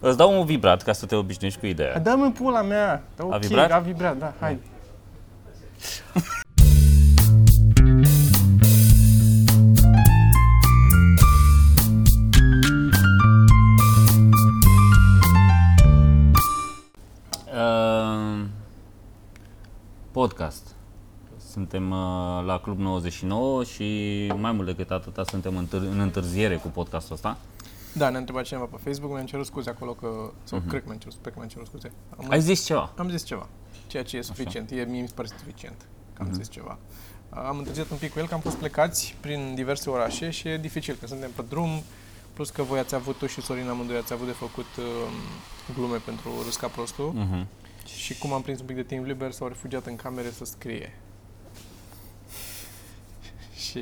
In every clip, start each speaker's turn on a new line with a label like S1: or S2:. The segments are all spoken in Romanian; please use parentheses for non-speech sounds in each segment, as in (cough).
S1: Îți dau un vibrat ca să te obișnuiești cu ideea.
S2: Dă-mi în pula mea. Da, tá ok,
S1: vibrat?
S2: A vibrat, da, hai.
S1: Uh, podcast. Suntem uh, la Club 99 și mai mult decât atâta suntem întâr- în întârziere cu podcastul ăsta.
S2: Da, ne-a întrebat cineva pe Facebook, mi-am cerut scuze acolo că... Sau
S1: Mhm.
S2: cred că mi-am cerut, sper că mi-am cerut scuze. Am,
S1: Ai zis ceva?
S2: am zis ceva, ceea ce e suficient. E, mie mi se pare suficient că
S1: Mhm.
S2: am zis ceva. Am întârziat un pic cu el, că am fost plecați prin diverse orașe și e dificil, că suntem pe drum, plus că voi ați avut, tu și Sorin amândoi ați avut de făcut um, glume pentru Râsca Prostul.
S1: Uh-huh.
S2: Și cum am prins un pic de timp liber, s-au refugiat în camere să scrie. și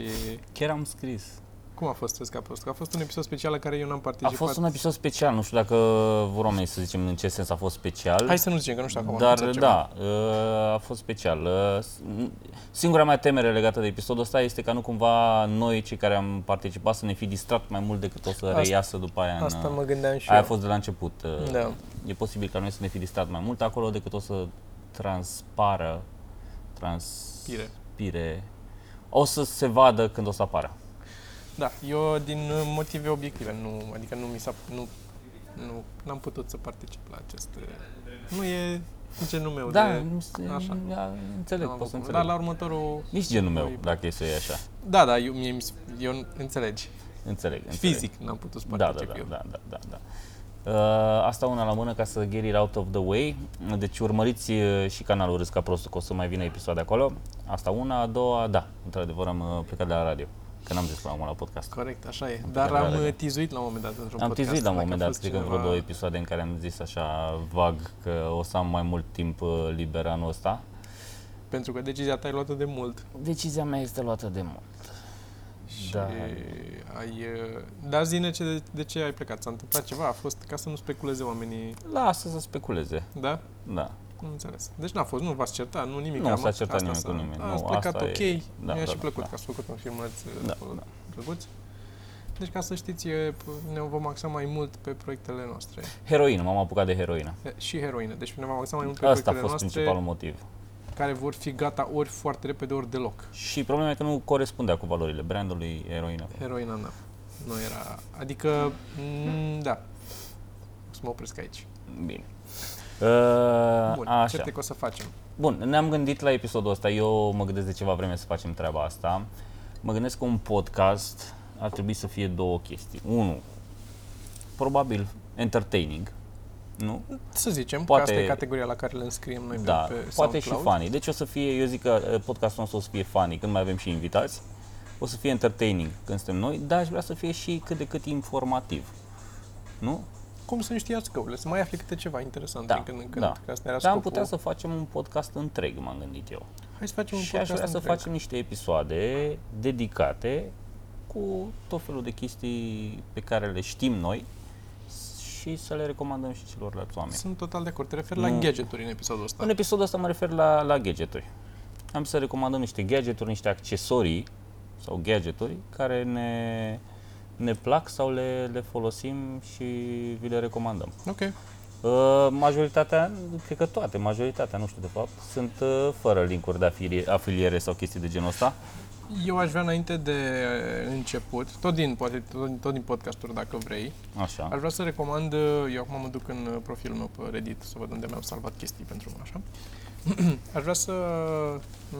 S1: Chiar am scris.
S2: cum a fost Râsca Prostul? A fost un episod special la care eu n-am
S1: A
S2: participat.
S1: fost un episod special, nu știu dacă vor oamenii să zicem în ce sens a fost special.
S2: Hai să nu zicem că nu știu acum.
S1: Dar da, uh, a fost special. Uh, s- m- Singura mea temere legată de episodul ăsta este ca nu cumva noi cei care am participat să ne fi distrat mai mult decât o să
S2: Asta-
S1: reiasă după aia. în,
S2: Asta
S1: uh,
S2: mă gândeam și
S1: Aia a
S2: eu.
S1: fost de la început. uh,
S2: Da.
S1: E posibil ca noi să ne fi distrat mai mult acolo decât o să transpară,
S2: Pire.
S1: transpire, o să se vadă când o să apară.
S2: Da, eu din uh, motive obiective, nu, adică nu mi s-a, nu, nu, n-am putut să particip la acest, uh, nu e genul meu
S1: Da,
S2: de,
S1: nu se-
S2: așa.
S1: da, înțeleg,
S2: n-am
S1: pot să
S2: avut
S1: înțeleg.
S2: cum. Dar la următorul,
S1: Nici genul meu,
S2: Păi-
S1: dacă e să e așa.
S2: da, da, eu, mie, mi se- eu n- înțelegi,
S1: Înțeleg, înțeleg.
S2: fizic n-am putut să
S1: Da, da,
S2: particip
S1: da,
S2: eu.
S1: da, da, da, da. Uh, asta una la mână ca să get it out of the way. Deci urmăriți uh, și canalul Râs ca prostul, că o să mai vină episoade acolo. Asta una, a doua, da, într-adevăr am uh, plecat de la radio. Că n-am zis până acum la podcast.
S2: Corect, așa e.
S1: Am
S2: Dar
S1: plecat
S2: am
S1: la radio.
S2: uh, tizuit la un moment dat într-un
S1: da. Am
S2: podcast.
S1: tizit la un
S2: dacă a
S1: moment dat,
S2: fost
S1: cred că în vreo
S2: cineva-
S1: două episoade în care am zis așa vag că o să am mai mult timp uh, liber anul ăsta.
S2: Pentru că decizia ta ai luat-o de mult.
S1: Decizia mea este luată de mult. Da.
S2: Și ai, uh, dar zine ce, de ce ai plecat, s-a întâmplat ceva, a fost ca să nu speculeze oamenii,
S1: Lasă să speculeze, da.
S2: da?
S1: da.
S2: Am înțeles. Deci n-a fost, nu v-ați certat, nu nimic.
S1: Nu
S2: am-
S1: s-a certat
S2: asta
S1: nimeni
S2: s-a-
S1: cu nimeni.
S2: Ați
S1: Nu,
S2: plecat
S1: asta
S2: ok,
S1: e-
S2: da,
S1: da,
S2: mi-a
S1: da,
S2: și
S1: da,
S2: plăcut
S1: da.
S2: că ați făcut un filmuleț
S1: Da,
S2: da,
S1: da.
S2: plăcuț. Deci ca să știți, e- ne vom axa mai mult pe proiectele noastre.
S1: Heroină, m-am apucat de heroină.
S2: E, Și heroină. Deci ne vom axa mai mult pe
S1: Asta a
S2: proiectele
S1: fost
S2: noastre
S1: principalul motiv.
S2: care vor fi gata ori foarte repede, ori deloc.
S1: Și problema e că nu corespundea cu valorile brandului heroină.
S2: Heroina nu. Nu era... Adică, m- da. O să mă opresc aici.
S1: Bine. Uh,
S2: Bun,
S1: așa.
S2: cert că o să facem.
S1: Bun, ne-am gândit la episodul ăsta. Eu mă gândesc de ceva vreme să facem treaba asta. Mă gândesc că un podcast ar trebui să fie două chestii. Unu, probabil entertaining, nu?
S2: Să zicem
S1: Poate-
S2: că asta e categoria la care le înscriem noi pe-
S1: da,
S2: pe,
S1: poate și
S2: SoundCloud.
S1: funny. Deci o să fie, eu zic că eh, podcastul nostru o să fie funny când mai avem și invitați. O să fie entertaining când suntem noi, dar aș vrea să fie și cât de cât informativ. Nu?
S2: Cum să nu știi ascăule, să mai afli câte ceva interesant
S1: Da,
S2: din când în când,
S1: da.
S2: că asta era
S1: Dar am
S2: scopul.
S1: putea să facem un podcast întreg, m-am gândit eu.
S2: Hai să facem un
S1: și aș
S2: podcast
S1: vrea să
S2: întreg.
S1: facem niște episoade dedicate cu tot felul de chestii pe care le știm noi și să le recomandăm și celorlalți oameni.
S2: Sunt total de acord. Te referi la
S1: Nu.
S2: gadgeturi Mm. în episodul ăsta.
S1: În episodul ăsta mă refer la, la gadgeturi. Am să recomandăm niște gadgeturi, niște accesorii sau gadgeturi care ne, ne plac sau le, le folosim și vi le recomandăm.
S2: Ok.
S1: Uh, Majoritatea, cred că toate, majoritatea, nu știu de fapt, sunt uh, fără linkuri de afiliere, afiliere sau chestii de genul ăsta.
S2: Eu aș vrea înainte de început, tot din, poate, tot, tot din podcasturi dacă vrei,
S1: Așa.
S2: aș vrea să recomand, eu acum mă duc în uh, profilul meu pe Reddit să văd unde mi-am salvat chestii pentru așa. (clears throat) aș vrea să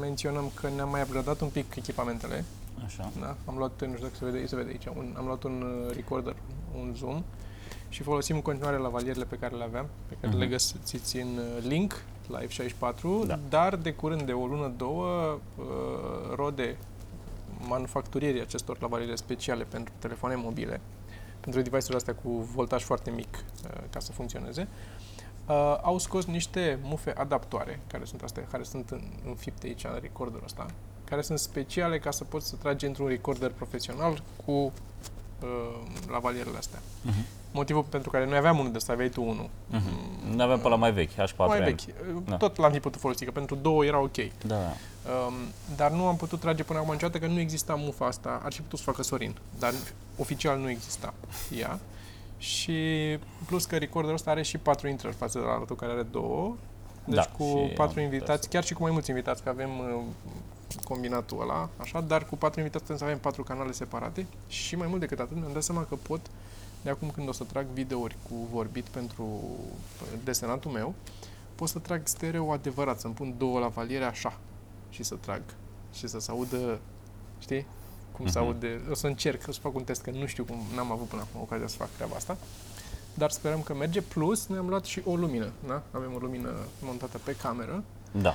S2: menționăm că ne-am mai upgradat un pic echipamentele.
S1: Așa.
S2: Da? Am luat, nu știu dacă se vede, se vede aici, un, am luat un uh, recorder, un zoom și folosim în continuare lavalierele pe care le aveam, pe care
S1: Mhm.
S2: le găsiți în uh, link la F64,
S1: Da.
S2: dar de curând, de o lună, două, uh, rode manufacturierii acestor lavaliere speciale pentru telefoane mobile, pentru device-urile astea cu voltaj foarte mic uh, ca să funcționeze, uh, au scos niște mufe adaptoare, care sunt astea, care sunt în, înfipte aici în recorderul ăsta, care sunt speciale ca să poți să tragi într-un recorder profesional cu uh, lavalierele astea.
S1: Uh-huh.
S2: Motivul pentru care noi aveam unul de ăsta, aveai tu unul.
S1: Uh-huh. Aveam pe la mai vechi, H4
S2: mai
S1: ani.
S2: vechi. Uh,
S1: Da.
S2: Tot l-am fi putut folosi, că pentru două era ok.
S1: Da, da.
S2: Um, dar nu am putut trage până acum niciodată că nu exista mufa asta. Ar fi putut să facă Sorin, dar oficial nu exista ea. Și plus că recorderul ăsta are și patru intrări față de la altul care are două. Deci
S1: Da,
S2: cu
S1: și
S2: patru
S1: am
S2: invitați,
S1: testat.
S2: chiar și cu mai mulți invitați, că avem uh, combinatul ăla, așa, dar cu patru invitați putem să avem patru canale separate și mai mult decât atât mi-am dat seama că pot, de acum când o să trag videouri cu vorbit pentru uh, desenatul meu, pot să trag stereo adevărat, să-mi pun două la valiere așa și să trag și să se audă, știi, cum se
S1: Mhm.
S2: aude. O să încerc, o să fac un test, că nu știu cum, n-am avut până acum ocazia să fac treaba asta. Dar sperăm că merge. Plus, ne-am luat și o lumină, da? Avem o lumină montată pe cameră,
S1: Da.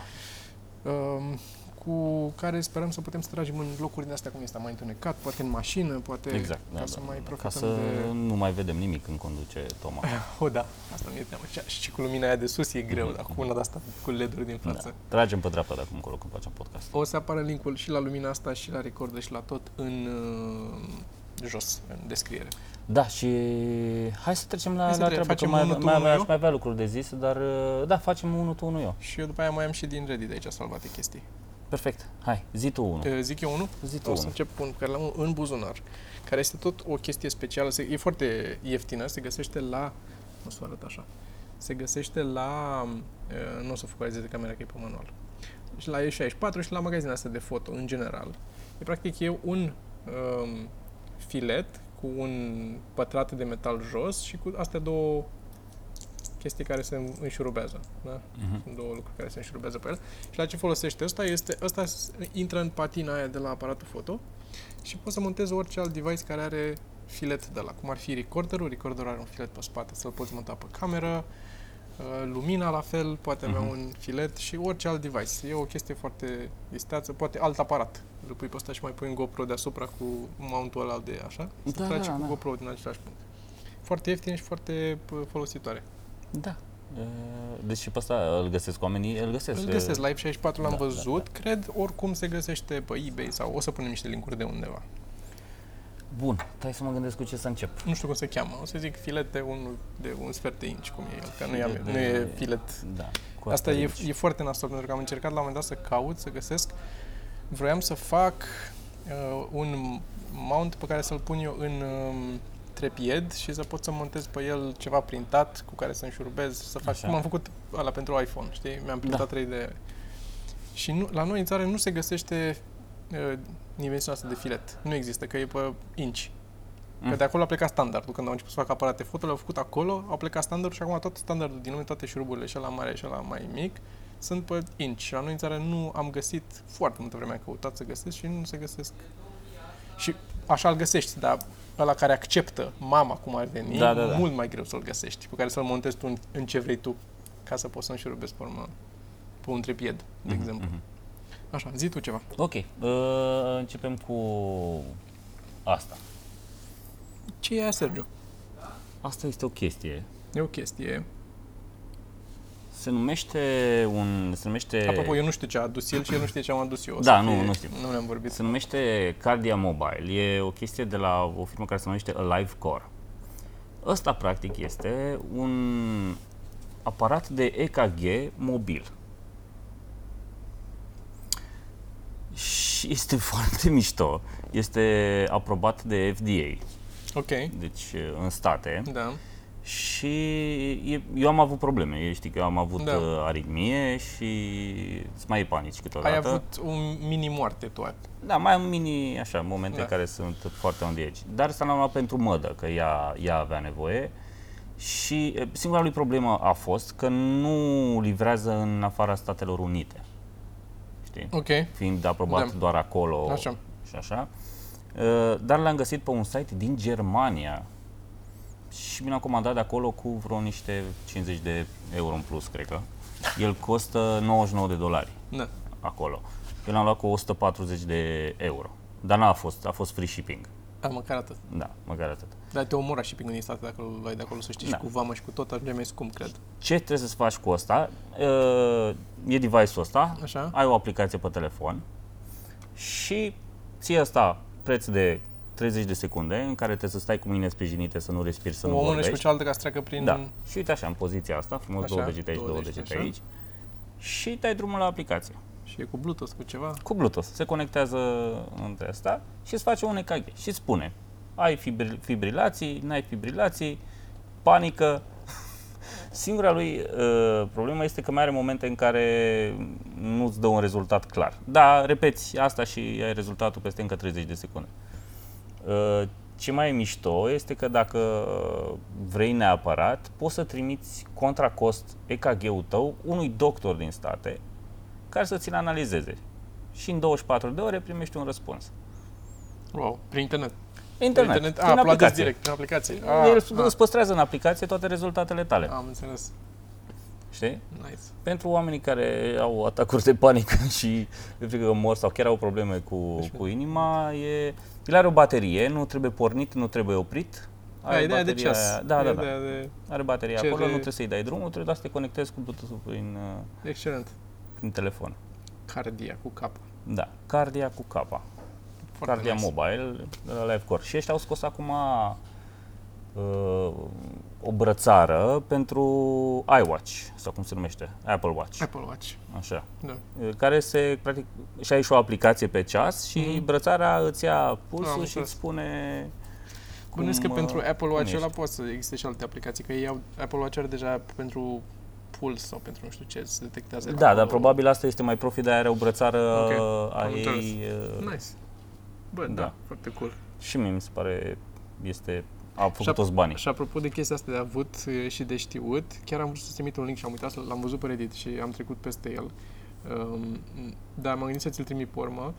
S2: um, cu care sperăm să putem să tragem în locuri din astea cum este mai întunecat, poate în mașină, poate
S1: Exact,
S2: ca
S1: da,
S2: să
S1: da,
S2: mai
S1: Ca
S2: profităm
S1: să
S2: de...
S1: nu mai vedem nimic când conduce Toma.
S2: O, da, asta nu e teamă. Și- Și cu lumina aia de sus e greu, dar cu una de asta cu LED-uri din față.
S1: Mhm, Da. Tragem pe dreapta de acum încolo când facem podcast.
S2: O să apară linkul și la lumina asta, și la recorder, și la tot în uh, jos, în descriere.
S1: Da, și hai să trecem la,
S2: Hai să
S1: la
S2: tre-
S1: treabă, că
S2: facem
S1: mai,
S2: unul tu,
S1: mai,
S2: unul
S1: avea,
S2: eu?
S1: aș mai avea lucruri de zis, dar uh, da, facem unul tu, unul eu.
S2: Și eu după aia mai am și din Reddit aici salvate chestii.
S1: Perfect. Hai, zi tu unul.
S2: Uh, Zic eu unul?
S1: Zi tu
S2: O să
S1: unul.
S2: încep cu unul pe care l-am în buzunar, care este tot o chestie specială. Se- E foarte ieftină, se găsește la... O să o arăt așa. Se găsește la... uh, Nu o să focalizez de camera, că e pe manual. Și la E64 și la magazinele astea de foto, în general. E practic e un um, filet cu un pătrat de metal jos și cu astea două chestii care se înșurubează. Da?
S1: Mhm.
S2: Sunt două lucruri care se înșurubează pe el. Și la ce folosește ăsta este, ăsta s- intră în patina aia de la aparatul foto și poți să montezi orice alt device care are filet de la, cum ar fi recorderul, recorderul are un filet pe spate, să-l poți monta pe cameră, uh, lumina la fel, poate avea
S1: Mhm.
S2: un filet și orice alt device. E o chestie foarte isteață, poate alt aparat. Îl pui pe ăsta și mai pui un GoPro deasupra cu mountul ăla de așa și
S1: Da,
S2: da, tragi
S1: da,
S2: da, cu
S1: da.
S2: GoPro din același punct. Foarte ieftin și foarte pă, folositoare.
S1: Da. Uh, Deci și pe ăsta îl găsesc oamenii, îl găsesc.
S2: Îl
S1: uh,
S2: găsesc, Live 64 l-am
S1: da, da,
S2: văzut, cred, oricum se găsește pe eBay sau o să punem niște linkuri de undeva.
S1: Bun, hai să mă gândesc cu ce să încep.
S2: Nu știu cum se cheamă, o să zic filet de un, de un sfert de inci, cum e el, că nu e,
S1: Filet de-
S2: nu e filet
S1: Da. Cu
S2: Asta e,
S1: ridici.
S2: e foarte nasol, pentru că am încercat la un moment dat să caut, să găsesc. Vroiam să fac uh, un mount pe care să-l pun eu în um, trepied și să pot să montez pe el ceva printat cu care să înșurubez, să fac
S1: Așa.
S2: Așa. Da. cum am făcut ăla pentru iPhone, știi? Mi-am printat 3D. Și nu, la noi în țară nu se găsește uh, dimensiunea asta de filet. Nu există, că e pe inci. Că
S1: Mm.
S2: de acolo a plecat standardul. Când au început să facă aparate foto, le-au făcut acolo, au plecat standardul și acum tot standardul din lume, toate șuruburile, și la mare și la mai mic, sunt pe inci. Și La noi în țară nu am găsit foarte multă vreme, am căutat să găsesc și nu se găsesc. Și așa îl găsești, dar ăla care acceptă mama cum ar veni,
S1: Da, da, da.
S2: mult mai greu să-l găsești, pe care să-l montezi tu în, în ce vrei tu, ca să poți să înșurubezi pe urmă pe un trepied, de
S1: Mhm,
S2: exemplu.
S1: mhm.
S2: Așa, zi tu ceva.
S1: Ok, uh, începem cu asta.
S2: Ce e aia, Sergio?
S1: Asta este o chestie.
S2: E o chestie.
S1: Se numește un... Se numește...
S2: Apropo, eu nu știu ce a adus el și el nu știe ce am adus eu. O
S1: Da,
S2: să
S1: nu, nu știu.
S2: Nu ne-am vorbit.
S1: Se numește Cardia Mobile. E o chestie de la o firmă care se numește Alive Core. Ăsta practic este un aparat de EKG mobil. Și este (laughs) foarte mișto. Este aprobat de FDA,
S2: Ok,
S1: deci în state.
S2: da.
S1: Și e, eu am avut probleme, eu știi că eu am avut
S2: Da.
S1: da. aritmie și îți mai e panici câteodată.
S2: Ai avut un mini-moarte tu. ai-
S1: Da, mai am mini, așa, momente
S2: Da.
S1: da. care sunt foarte on the edge. Dar s-a luat pentru mădă, că ea, ea avea nevoie. Și e, singura lui problemă a fost că nu livrează în afara Statelor Unite. Știi?
S2: Ok,
S1: Fiind aprobat
S2: Da.
S1: da. doar acolo
S2: Așa.
S1: și așa. E, Dar l-am găsit pe un site din Germania și mi l-am comandat de acolo cu vreo niște 50 de euro în plus, cred că. El costă 99 de dolari
S2: da.
S1: acolo. Eu l-am luat cu 140 de euro. Dar n-a fost, a fost free shipping.
S2: Da, măcar atât.
S1: Da, măcar atât.
S2: Dar te omora și pinguinii state dacă îl luai de acolo, să știi,
S1: Da.
S2: și cu vamă și cu tot, ajunge mai scump, cred.
S1: Ce trebuie să faci cu asta? Uh, E device-ul ăsta,
S2: Așa.
S1: ai o aplicație pe telefon și ție asta preț de 30 de secunde în care trebuie să stai cu mâinile sprijinite, să nu respiri, să
S2: Cu
S1: nu
S2: o mână și
S1: vorbești.
S2: cu cealaltă ca să treacă prin...
S1: Da. Și uite așa, în poziția asta, frumos
S2: Așa,
S1: două degete aici, două
S2: 20
S1: degete
S2: așa.
S1: aici. Și dai drumul la aplicație.
S2: Și e cu Bluetooth, cu ceva.
S1: cu Bluetooth. Se conectează între asta și îți face un EKG și îți spune ai fibri- fibrilații, n-ai fibrilații, panică. (laughs) Singura lui uh, problemă este că mai are momente în care nu-ți dă un rezultat clar. Da, repeți asta și ai rezultatul peste încă 30 de secunde. Uh, ce mai e mișto este că dacă vrei neapărat, poți să trimiți contra cost EKG-ul tău unui doctor din state care să ți-l analizeze. Și în 24 de ore primești un răspuns.
S2: Wow, prin internet.
S1: Internet,
S2: Prin
S1: Internet.
S2: A,
S1: prin
S2: plătesc
S1: aplicație.
S2: direct, prin aplicație. A,
S1: El
S2: a,
S1: îți păstrează în aplicație toate rezultatele tale,
S2: am înțeles.
S1: știi?
S2: Nice.
S1: Pentru oamenii care au atacuri de panică (laughs) și de frică că mor sau chiar au probleme cu,
S2: Deci,
S1: cu inima, e, el are o baterie, nu trebuie pornit, nu trebuie oprit.
S2: Da, ideea de
S1: bateria
S2: ceas.
S1: aia- Da, da, da.
S2: Ideea de...
S1: Are bateria
S2: Cere-
S1: acolo, nu trebuie să-i dai drumul, trebuie doar să te conectezi cu Bluetooth-ul prin, uh,
S2: Excelent.
S1: prin telefon.
S2: Cardia cu cap.
S1: Da, Cardia cu capa.
S2: Foarte
S1: Cardia Mobile de la LiveCore. Și ăștia au scos acum uh, o brățară pentru iWatch, sau cum se numește, Apple Watch,
S2: Apple Watch.
S1: așa,
S2: Da.
S1: uh, care se, practic, și ai și o aplicație pe ceas și
S2: Mhm.
S1: brățara îți ia
S2: Am
S1: pulsul și
S2: înțeles.
S1: îți spune cum,
S2: Bănuiesc că
S1: uh,
S2: pentru Apple Watch
S1: ești.
S2: ăla poate să existe și alte aplicații, că ei au, Apple Watch are deja pentru puls sau pentru nu știu ce, se detectează.
S1: Da, dar
S2: acolo.
S1: probabil asta este mai profi, de aia are o brățară
S2: Ok,
S1: a
S2: am înțeles.
S1: ei uh,
S2: Nice. Bă, da,
S1: Da.
S2: foarte cool.
S1: și mie mi se pare este a
S2: Și-a-
S1: făcut toți banii.
S2: Și apropo de chestia asta de avut e, și de știut, chiar am vrut să-ți trimit un link și am uitat, să- l-am văzut pe Reddit și am trecut peste el. Um, dar m-am gândit să ți-l trimit pe urmă.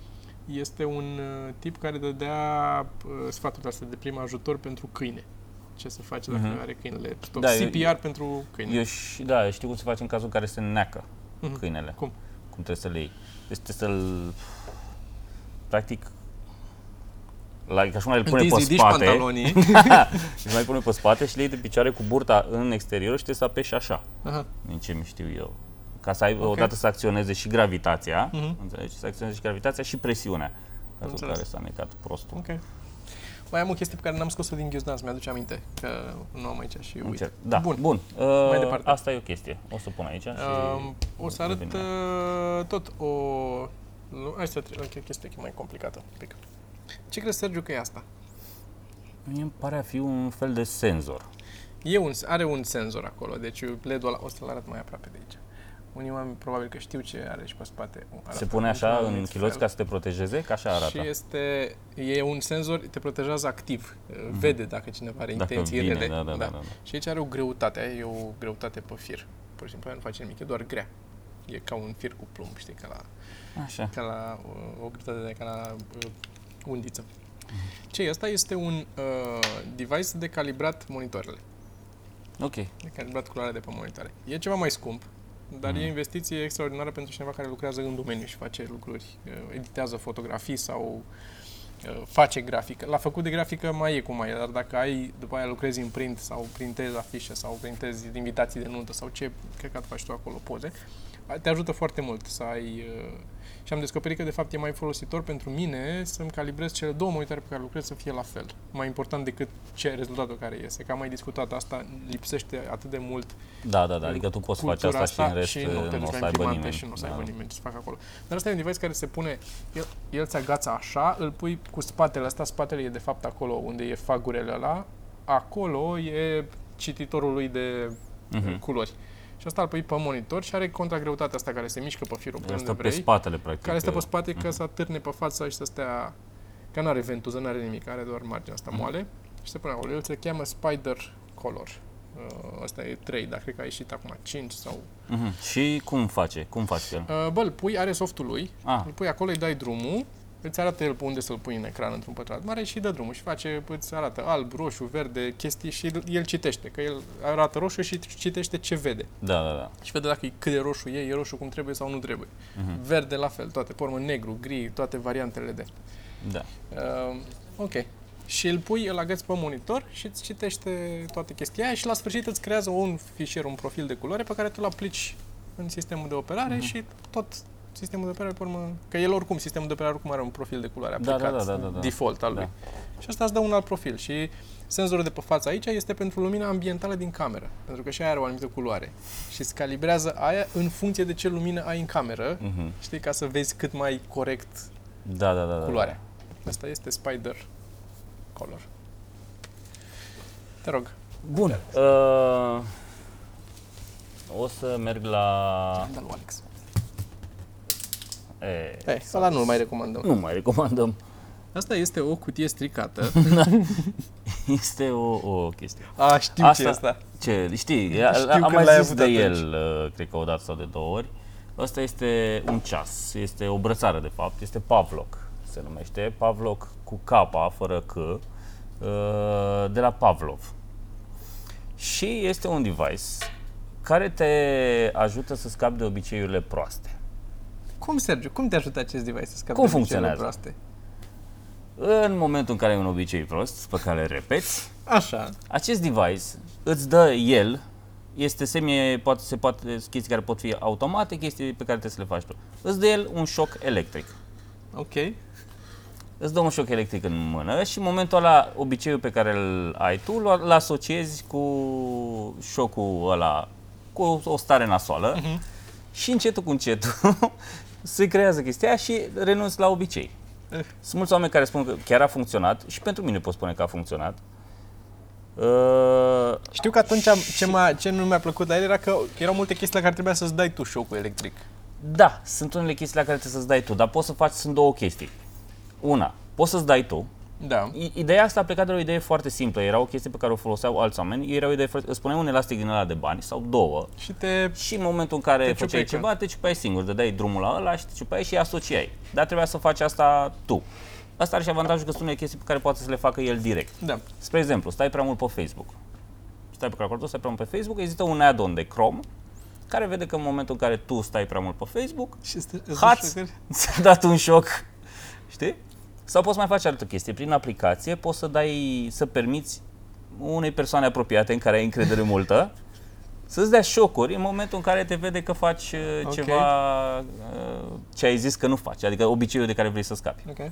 S2: Este un uh, tip care dădea uh, sfaturi astea de prim ajutor pentru câine. Ce să faci dacă
S1: Mhm.
S2: are câinele? Tot
S1: Da, eu-
S2: CPR pentru câine.
S1: Eu și, da, eu știu cum se face în cazul în care se neacă
S2: Mhm.
S1: câinele.
S2: Cum?
S1: Cum trebuie să-l iei. Deci trebuie să-l... Practic... La, ca și cum ai îl pune pe
S2: Întinzi, ridici
S1: spate, (laughs)
S2: pantalonii.
S1: îl mai pune pe spate și le iei de picioare cu burta în exterior și trebuie să apeși așa,
S2: Aha.
S1: din ce mi știu eu. Ca să ai
S2: Ok.
S1: odată să acționeze și gravitația,
S2: Mhm.
S1: înțelegi? Să acționeze și gravitația și presiunea. în Cazul în
S2: Înțeles.
S1: care s-a necat prostul.
S2: Ok. Mai am o chestie pe care n-am scos-o din ghiozdan, să mi-aduce aminte că nu am aici și uit.
S1: Încerc. Da,
S2: Bun.
S1: bun. bun. Uh,
S2: Mai departe.
S1: Asta e o chestie. O să pun aici și...
S2: Um, o să arăt
S1: revenim.
S2: uh, tot o... lu- Hai să trec la o chestie mai complicată. un pic. Ce crezi, Sergiu, că e asta?
S1: Mie îmi pare a fi un fel de senzor.
S2: E un, are un senzor acolo, deci LED-ul ăla o să-l arăt mai aproape de aici. Unii oameni probabil că știu ce are și pe spate.
S1: Se pune așa în chiloți ca să te protejeze? Ca așa
S2: da, Și
S1: arată.
S2: este, e un senzor, te protejează activ, mm vede dacă cineva are
S1: Mhm. Dacă
S2: intenții
S1: vine,
S2: rele.
S1: da, da, da, da, da.
S2: Și aici are o greutate, aia e o greutate pe fir. Pur și simplu aia nu face nimic, e doar grea. E ca un fir cu plumb, știi, ca la
S1: Așa.
S2: ca la uh, o greutate de ca la uh, undiță. Ce e asta? Este un uh, device de calibrat monitoarele,
S1: Ok.
S2: de calibrat culoarea de pe monitoare. E ceva mai scump, dar e o investiție extraordinară pentru cineva care lucrează în domeniu și face lucruri, uh, editează fotografii sau uh, face grafică. La făcut de grafică mai e cum mai e, dar dacă ai, după aia lucrezi în print sau printezi afișe sau printezi invitații de nuntă sau ce căcat faci tu acolo poze, te ajută foarte mult să ai... uh, Și am descoperit că, de fapt, e mai folositor pentru mine să-mi calibrez cele două monitoare pe care lucrez să fie la fel. Mai important decât ce rezultatul care iese. Că am mai discutat asta, lipsește atât de mult
S1: Da, da, da. Adică tu poți face asta,
S2: cultura
S1: și în rest uh,
S2: și nu te
S1: nu o
S2: duci
S1: să aibă
S2: la imprimante
S1: nimeni.
S2: și nu o să
S1: Da,
S2: aibă
S1: da.
S2: nimeni ce să facă acolo. Dar asta e un device care se pune, el, el ți agață așa, îl pui cu spatele asta, spatele e de fapt acolo unde e fagurele ăla, acolo e cititorul lui de
S1: Mhm.
S2: uh culori. Și asta îl pui pe monitor și are contragreutatea asta care se mișcă pe firul până unde
S1: Asta pe
S2: vrei,
S1: spatele, practic.
S2: care stă pe
S1: că-
S2: spate ca să atârne pe fața și să stea, că nu are ventuză, nu are nimic, are doar marginea asta
S1: Mhm.
S2: moale și se pune acolo. El se cheamă Spider Color. Uh, Asta e 3, dar cred că a ieșit acum 5 sau
S1: Mhm. Și cum face? Cum face el?
S2: Uh, Bă, îl pui, are softul lui,
S1: Ah,
S2: îl pui acolo, îi dai drumul, îți arată el pe unde să-l pui în ecran într-un pătrat mare și îi dă drumul și face, îți arată alb, roșu, verde, chestii și el, el citește, că el arată roșu și citește ce vede.
S1: da, da, da.
S2: Și vede dacă e cât de roșu e, e roșu cum trebuie sau nu trebuie.
S1: Mhm.
S2: Verde la fel, toate, pe urmă negru, gri, toate variantele de.
S1: Da.
S2: Uh, ok. Și îl pui, îl agăți pe monitor și îți citește toate chestia aia și la sfârșit îți creează un fișier, un profil de culoare pe care tu îl aplici în sistemul de operare
S1: Mhm.
S2: și tot sistemul de operare, pe urmă, că el oricum, sistemul de operare oricum are un profil de culoare
S1: Da,
S2: aplicat,
S1: da, da, da, da, da.
S2: default al lui. Și asta îți dă un alt profil și senzorul de pe față aici este pentru lumina ambientală din cameră, pentru că și aia are o anumită culoare și îți calibrează aia în funcție de ce lumină ai în cameră,
S1: Mhm.
S2: știi, ca să vezi cât mai corect
S1: Da, da, da, da.
S2: culoarea. Asta este Spider Color. Te rog,
S1: Bun. Uh, o să merg la...
S2: Da, lui Alex.
S1: E,
S2: Hai, ăla nu-l mai recomandăm.
S1: nu mai recomandăm. (laughs)
S2: Asta este o cutie (laughs) stricată.
S1: Este o, o chestie.
S2: A, Ah, știu
S1: Asta-
S2: ce e asta.
S1: Ce, știi, a-
S2: Știu
S1: am
S2: când
S1: mai
S2: l-ai
S1: zis
S2: avut
S1: de
S2: atunci.
S1: el, uh, cred că o dată sau de două ori. Ăsta este un ceas, este o brățară de fapt, este Pavlok, se numește. Pavlok cu capa, fără C, uh, de la Pavlov. Și este un device care te ajută să scapi de obiceiurile proaste.
S2: Cum, Sergiu, cum te ajută acest device să scapi
S1: Cum
S2: de obiceiurile
S1: funcționează?
S2: proaste?
S1: În momentul în care ai un obicei prost pe care îl repeți,
S2: Așa.
S1: Acest device îți dă el, este semi, poate, se poate, sunt chestii care pot fi automate, chestii pe care trebuie să le faci tu. Îți dă el un șoc electric.
S2: Ok.
S1: Îți dă un șoc electric în mână și în momentul ăla, obiceiul pe care îl ai tu, îl îl asociezi cu șocul ăla, cu o stare nasoală uh-huh. și încetul cu încetul (laughs) se creează chestia aia și renunți la obicei.
S2: Eh.
S1: Sunt mulți oameni care spun că chiar a funcționat și pentru mine pot spune că a funcționat. Uh,
S2: Știu că atunci am, ce, m-a, ce nu mi-a plăcut la el era că erau multe chestii la care trebuia să-ți dai tu șocul electric.
S1: Da, sunt unele chestii la care trebuie să-ți dai tu, dar poți să faci, sunt două chestii. Una, poți să-ți dai tu.
S2: Da.
S1: I- Ideea asta a plecat de la o idee foarte simplă, era o chestie pe care o foloseau alți oameni, era o idee, foarte- îți puneai un elastic din ăla de bani sau două
S2: Și te...
S1: și în momentul în care
S2: ciupeai
S1: făceai
S2: cu-
S1: ceva, te ciupeai singur, dădeai drumul la ăla și te ciupeai și îi asociai. Dar trebuia să faci asta tu. Asta are și avantajul că sunt unele chestii pe care poate să le facă el direct.
S2: Da.
S1: Spre exemplu, stai prea mult pe Facebook. Stai pe calculator, stai prea mult pe Facebook, există un add-on de Chrome care vede că în momentul în care tu stai prea mult pe Facebook,
S2: Și îți- îți dă
S1: Hați, (laughs)
S2: șocuri.
S1: ți-a dat un șoc, știi? Sau poți mai face altă chestie. Prin aplicație poți să dai, să permiți unei persoane apropiate în care ai încredere multă să-ți dea șocuri în momentul în care te vede că faci uh,
S2: Ok.
S1: ceva uh, ce ai zis că nu faci, adică obiceiul de care vrei să scapi.
S2: Ok.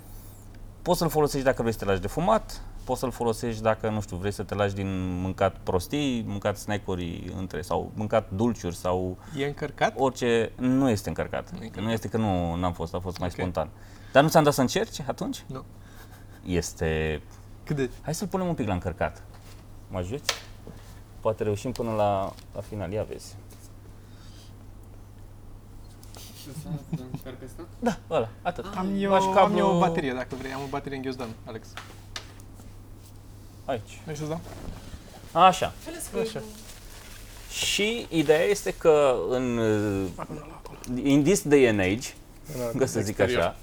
S1: Poți să-l folosești dacă vrei să te lași de fumat, poți să-l folosești dacă, nu știu, vrei să te lași din mâncat prostii, mâncat snack-uri între sau mâncat dulciuri sau
S2: E încărcat?
S1: orice nu este încărcat.
S2: e încărcat.
S1: Nu este că nu n-am fost, a fost mai
S2: Ok.
S1: spontan. Dar nu ți-am dat să încerci atunci?
S2: Nu.
S1: Este...
S2: Cât de...
S1: Hai să-l punem un pic la încărcat. Mă ajuți? Poate reușim până la, la final. Ia vezi. Da, ăla, atât.
S2: Am eu,
S1: Faci
S2: am eu o baterie, dacă vrei. Am o baterie în ghiozdan, Alex. da?
S1: Aici.
S2: Vrei să-ți dau?
S1: Așa.
S2: Așa.
S1: Și ideea este că în, uh, in this day and age, ca să zic așa,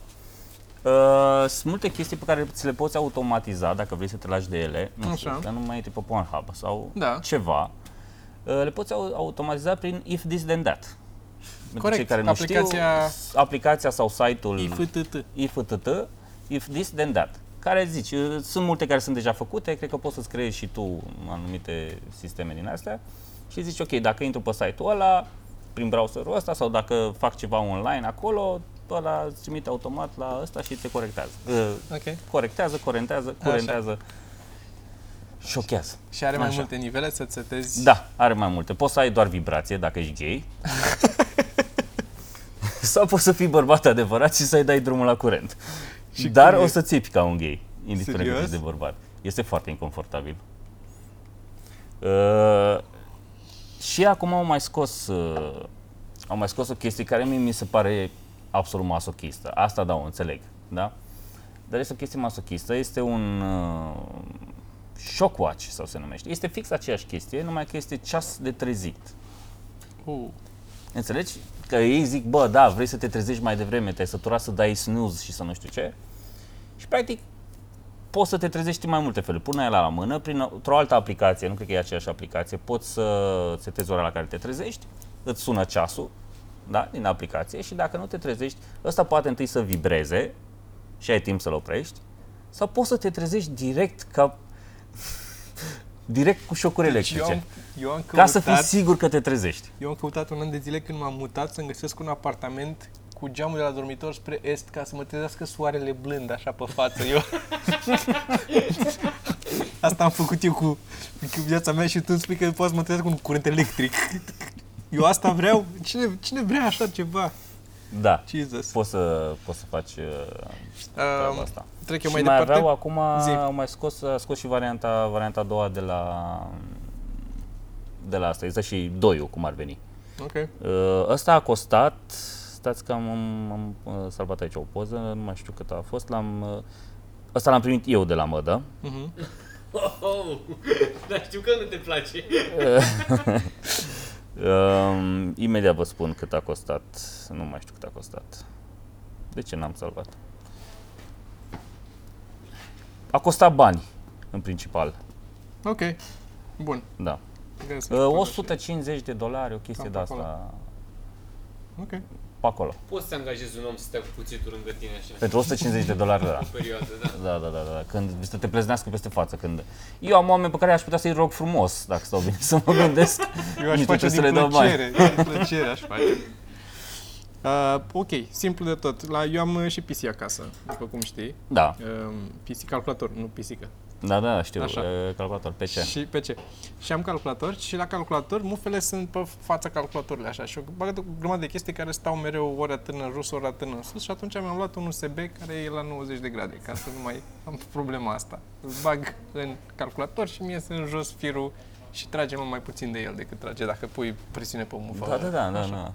S1: uh, sunt multe chestii pe care ți le poți automatiza dacă vrei să te lași de ele, nu știu,
S2: Așa.
S1: că nu mai e pe Pornhub sau
S2: Da.
S1: ceva, uh, le poți au- automatiza prin if this then that. Pentru
S2: Corect.
S1: cei care nu
S2: Aplicația-
S1: știu, aplicația sau site-ul
S2: IFTT.
S1: IFTT, if this then that, care zici, uh, sunt multe care sunt deja făcute, cred că poți să-ți creezi și tu anumite sisteme din astea și zici, ok, dacă intru pe site-ul ăla, prin browserul ăsta sau dacă fac ceva online acolo, ăla îți trimite automat la ăsta și te corectează. Uh,
S2: Ok.
S1: Corectează, corentează, curentează, șochează.
S2: Și are mai
S1: Așa.
S2: multe nivele să-ți setezi.
S1: Da, are mai multe. Poți să ai doar vibrație dacă ești gay. Sau poți să fii bărbat adevărat și să-i dai drumul la curent.
S2: Și
S1: Dar
S2: cum
S1: o
S2: e?
S1: să țipi ca un gay, indiferent că
S2: Serios?
S1: ești de bărbat. Este foarte inconfortabil. Uh, și acum au mai scos uh, au mai scos o chestie care mie mi se pare absolut masochistă. Asta da, o înțeleg, da? Dar este o chestie masochistă, este un uh, shockwatch sau se numește. Este fix aceeași chestie, numai că este ceas de trezit.
S2: Uh,
S1: Înțelegi? Că ei zic, bă, da, vrei să te trezești mai devreme, te-ai săturat să dai snooze și să nu știu ce. Și practic poți să te trezești în mai multe feluri. Pune la la mână, printr-o altă aplicație, nu cred că e aceeași aplicație, poți să setezi ora la care te trezești, îți sună ceasul da, din aplicație și dacă nu te trezești, ăsta poate întâi să vibreze și ai timp să-l oprești, sau poți să te trezești direct ca (laughs) direct cu șocuri
S2: și Deci eu
S1: electrice,
S2: am, eu am
S1: ca să fii
S2: căutat,
S1: sigur că te trezești.
S2: eu am căutat un an de zile când m-am mutat să-mi găsesc un apartament cu geamul de la dormitor spre est ca să mă trezească soarele blând așa pe față.
S1: (laughs)
S2: Eu... Asta am făcut eu cu, cu viața mea și tu îmi spui că poți să mă trezesc cu un curent electric. Eu asta vreau? Cine, cine vrea așa ceva?
S1: Da.
S2: Jesus.
S1: poți să, poți să faci uh, treaba
S2: Uh,
S1: asta.
S2: trec eu
S1: și
S2: mai
S1: mai
S2: departe.
S1: aveau acum,
S2: Zi.
S1: au mai scos, a scos și varianta, varianta a doua de la de la asta. Există și doiul, cum ar veni.
S2: Ok.
S1: Uh, Ăsta a costat, stați că am, am, am uh, salvat aici o poză, nu mai știu cât a fost, l-am, uh, ăsta l-am primit eu de la mădă.
S2: Mhm.
S3: Oh, oh. Dar știu că nu te
S1: (laughs)
S3: place.
S1: Uh, imediat vă spun cât a costat, nu mai știu cât a costat. De ce n-am salvat? A costat bani, în principal,
S2: Ok. Bun.
S1: da.
S2: Gata să
S1: Uh,
S2: fac
S1: 150 de dolari, o chestie
S2: Cam
S1: de
S2: Da, pe acolo.
S1: asta,
S2: așa. Ok.
S1: pe acolo.
S3: Poți să angajezi un om să stea cu cuțitul lângă tine așa.
S1: Pentru 150 de dolari, da.
S3: O perioadă, da.
S1: Da, da, da, da, când să te pleznească peste față, când... Eu am oameni pe care aș putea să-i rog frumos, dacă stau bine să mă gândesc.
S2: Eu aș
S1: Nici nu
S2: face
S1: trebuie să
S2: din
S1: le dau bani.
S2: plăcere, din plăcere aș face. Uh, ok, simplu de tot. La, eu am uh, și PC acasă, după cum știi.
S1: Da,
S2: Uh, PC calculator, nu pisică.
S1: da, da, știu,
S2: Așa.
S1: e, calculator, pe ce?
S2: Și pe ce? Și am calculator și la calculator mufele sunt pe fața calculatorului așa și o bagă o grămadă de chestii care stau mereu ori atână în jos, ori atână în sus și atunci mi-am luat un USB care e la 90 de grade ca să nu mai am problema asta. Îl bag în calculator și mi iese în jos firul și trage mult mai puțin de el decât trage dacă pui presiune pe mufă.
S1: Da, da, da, da,
S2: Așa.
S1: da.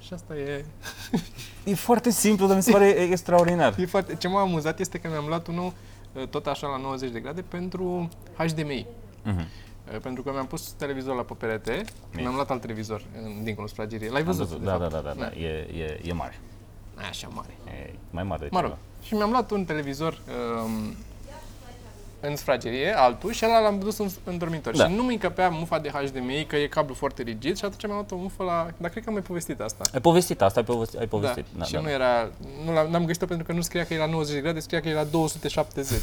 S2: Și asta e...
S1: E foarte simplu, dar mi se pare extraordinar.
S2: e foarte... Ce m-a amuzat este că mi-am luat unul uh, tot așa la 90 de grade pentru HDMI.
S1: Mhm.
S2: Uh, Pentru că mi-am pus televizor la pe perete, mi-am luat alt televizor în, dincolo sufragerie. L-ai
S1: Am
S2: văzut,
S1: văzut,
S2: de
S1: Da, da,
S2: fapt.
S1: da, da, da, e, e, e mare.
S2: Așa mare.
S1: E mai mare decât
S2: Mă rog.
S1: ăla.
S2: Și mi-am luat un televizor um, în sufragerie, altul, și ăla l-am dus în, în dormitor.
S1: Da.
S2: Și nu mi încăpea mufa de HDMI, că e cablu foarte rigid, și atunci mi-am luat o mufă la... Dar cred că am mai povestit asta.
S1: Ai povestit asta, ai povestit, ai povestit.
S2: Da. și nu era, nu l-am, n-am găsit-o pentru că nu scria că e la 90 de grade, scria că e la 270.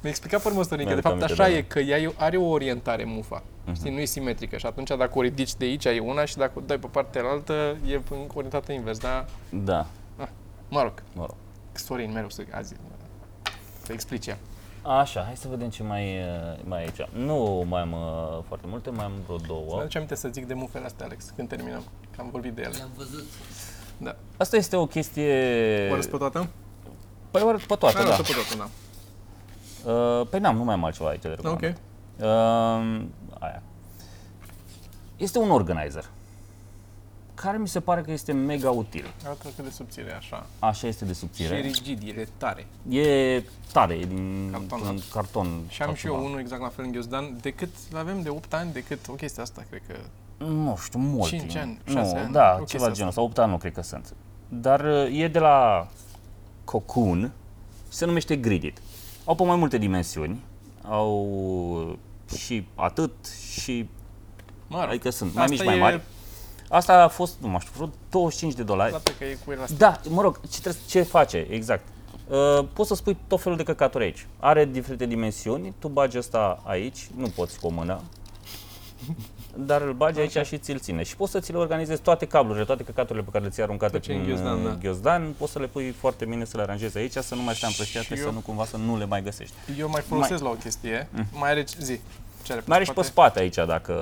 S2: Mi-a explicat pe următorin că de
S1: Mi-aduc
S2: fapt
S1: aminte,
S2: așa
S1: da, da.
S2: e, că ea e- are o orientare mufa. Știi, nu e simetrică și atunci dacă o ridici de aici e una și dacă o dai pe partea altă e în- orientată invers, dar
S1: Da,
S2: mă rog,
S1: mă rog.
S2: Sorin mereu să azi să explice.
S1: Așa, hai să vedem ce mai, e- mai e aici. Nu mai am uh, foarte multe, mai am vreo
S2: Wow.
S1: două.
S2: Mi-aduce aminte să zic de mufele astea, Alex, când terminăm, că am vorbit de ele.
S3: L-am văzut.
S2: Da.
S1: Asta este o chestie...
S2: O arăți pe toată?
S1: Păi o arăt pe toate,
S2: Am
S1: da.
S2: arătat pe toată, da.
S1: Uh, păi n-am, nu mai am altceva aici de
S2: da. Ok.
S1: recomandat. Uh, aia. Este un organizer care mi se pare că este mega util.
S2: Arată cât de subțire e așa.
S1: Așa este de
S2: Și e
S1: subțire.
S2: rigid, el e tare.
S1: E tare, e din
S2: Carton,
S1: din
S2: da.
S1: carton.
S2: Și am și eu
S1: altceva.
S2: unul exact la fel în ghiozdan, de cât avem de 8 ani, de cât o chestie asta, cred că.
S1: Nu știu, mult.
S2: Cinci
S1: e.
S2: ani,
S1: Nu,
S2: șase ani, o
S1: Da,
S2: chestie
S1: ceva
S2: asta.
S1: genul ăsta. 8 ani nu cred că sunt. Dar uh, e de la Cocoon, se numește Gridit. Au pe mai multe dimensiuni, au uh, și atât și
S2: Mă rog,
S1: Adică sunt mai
S2: Asta
S1: mici, mai
S2: e-
S1: mari. Asta a fost, nu mai știu, vreo 25 de dolari.
S2: Arată că e cu el asta.
S1: Da, mă rog, ce, trebuie, ce face, exact. Uh, poți să spui tot felul de căcaturi aici. Are diferite dimensiuni, tu bagi asta aici, nu poți cu o mână, dar îl bagi aici și ți-l ține. Și poți să ți le organizezi toate cablurile, toate căcaturile pe care le ți aruncate
S2: Tot ce e
S1: prin
S2: în ghiozdan,
S1: ghiozdan,
S2: da.
S1: uh, ghiozdan, poți să le pui foarte bine să le aranjezi aici, să nu mai stea împrăștiate,
S2: Și
S1: să
S2: eu-
S1: nu cumva să nu le mai găsești.
S2: Eu mai folosesc la o chestie. Mai are ce- zi. Ce are
S1: Mai are și pe spate aici dacă...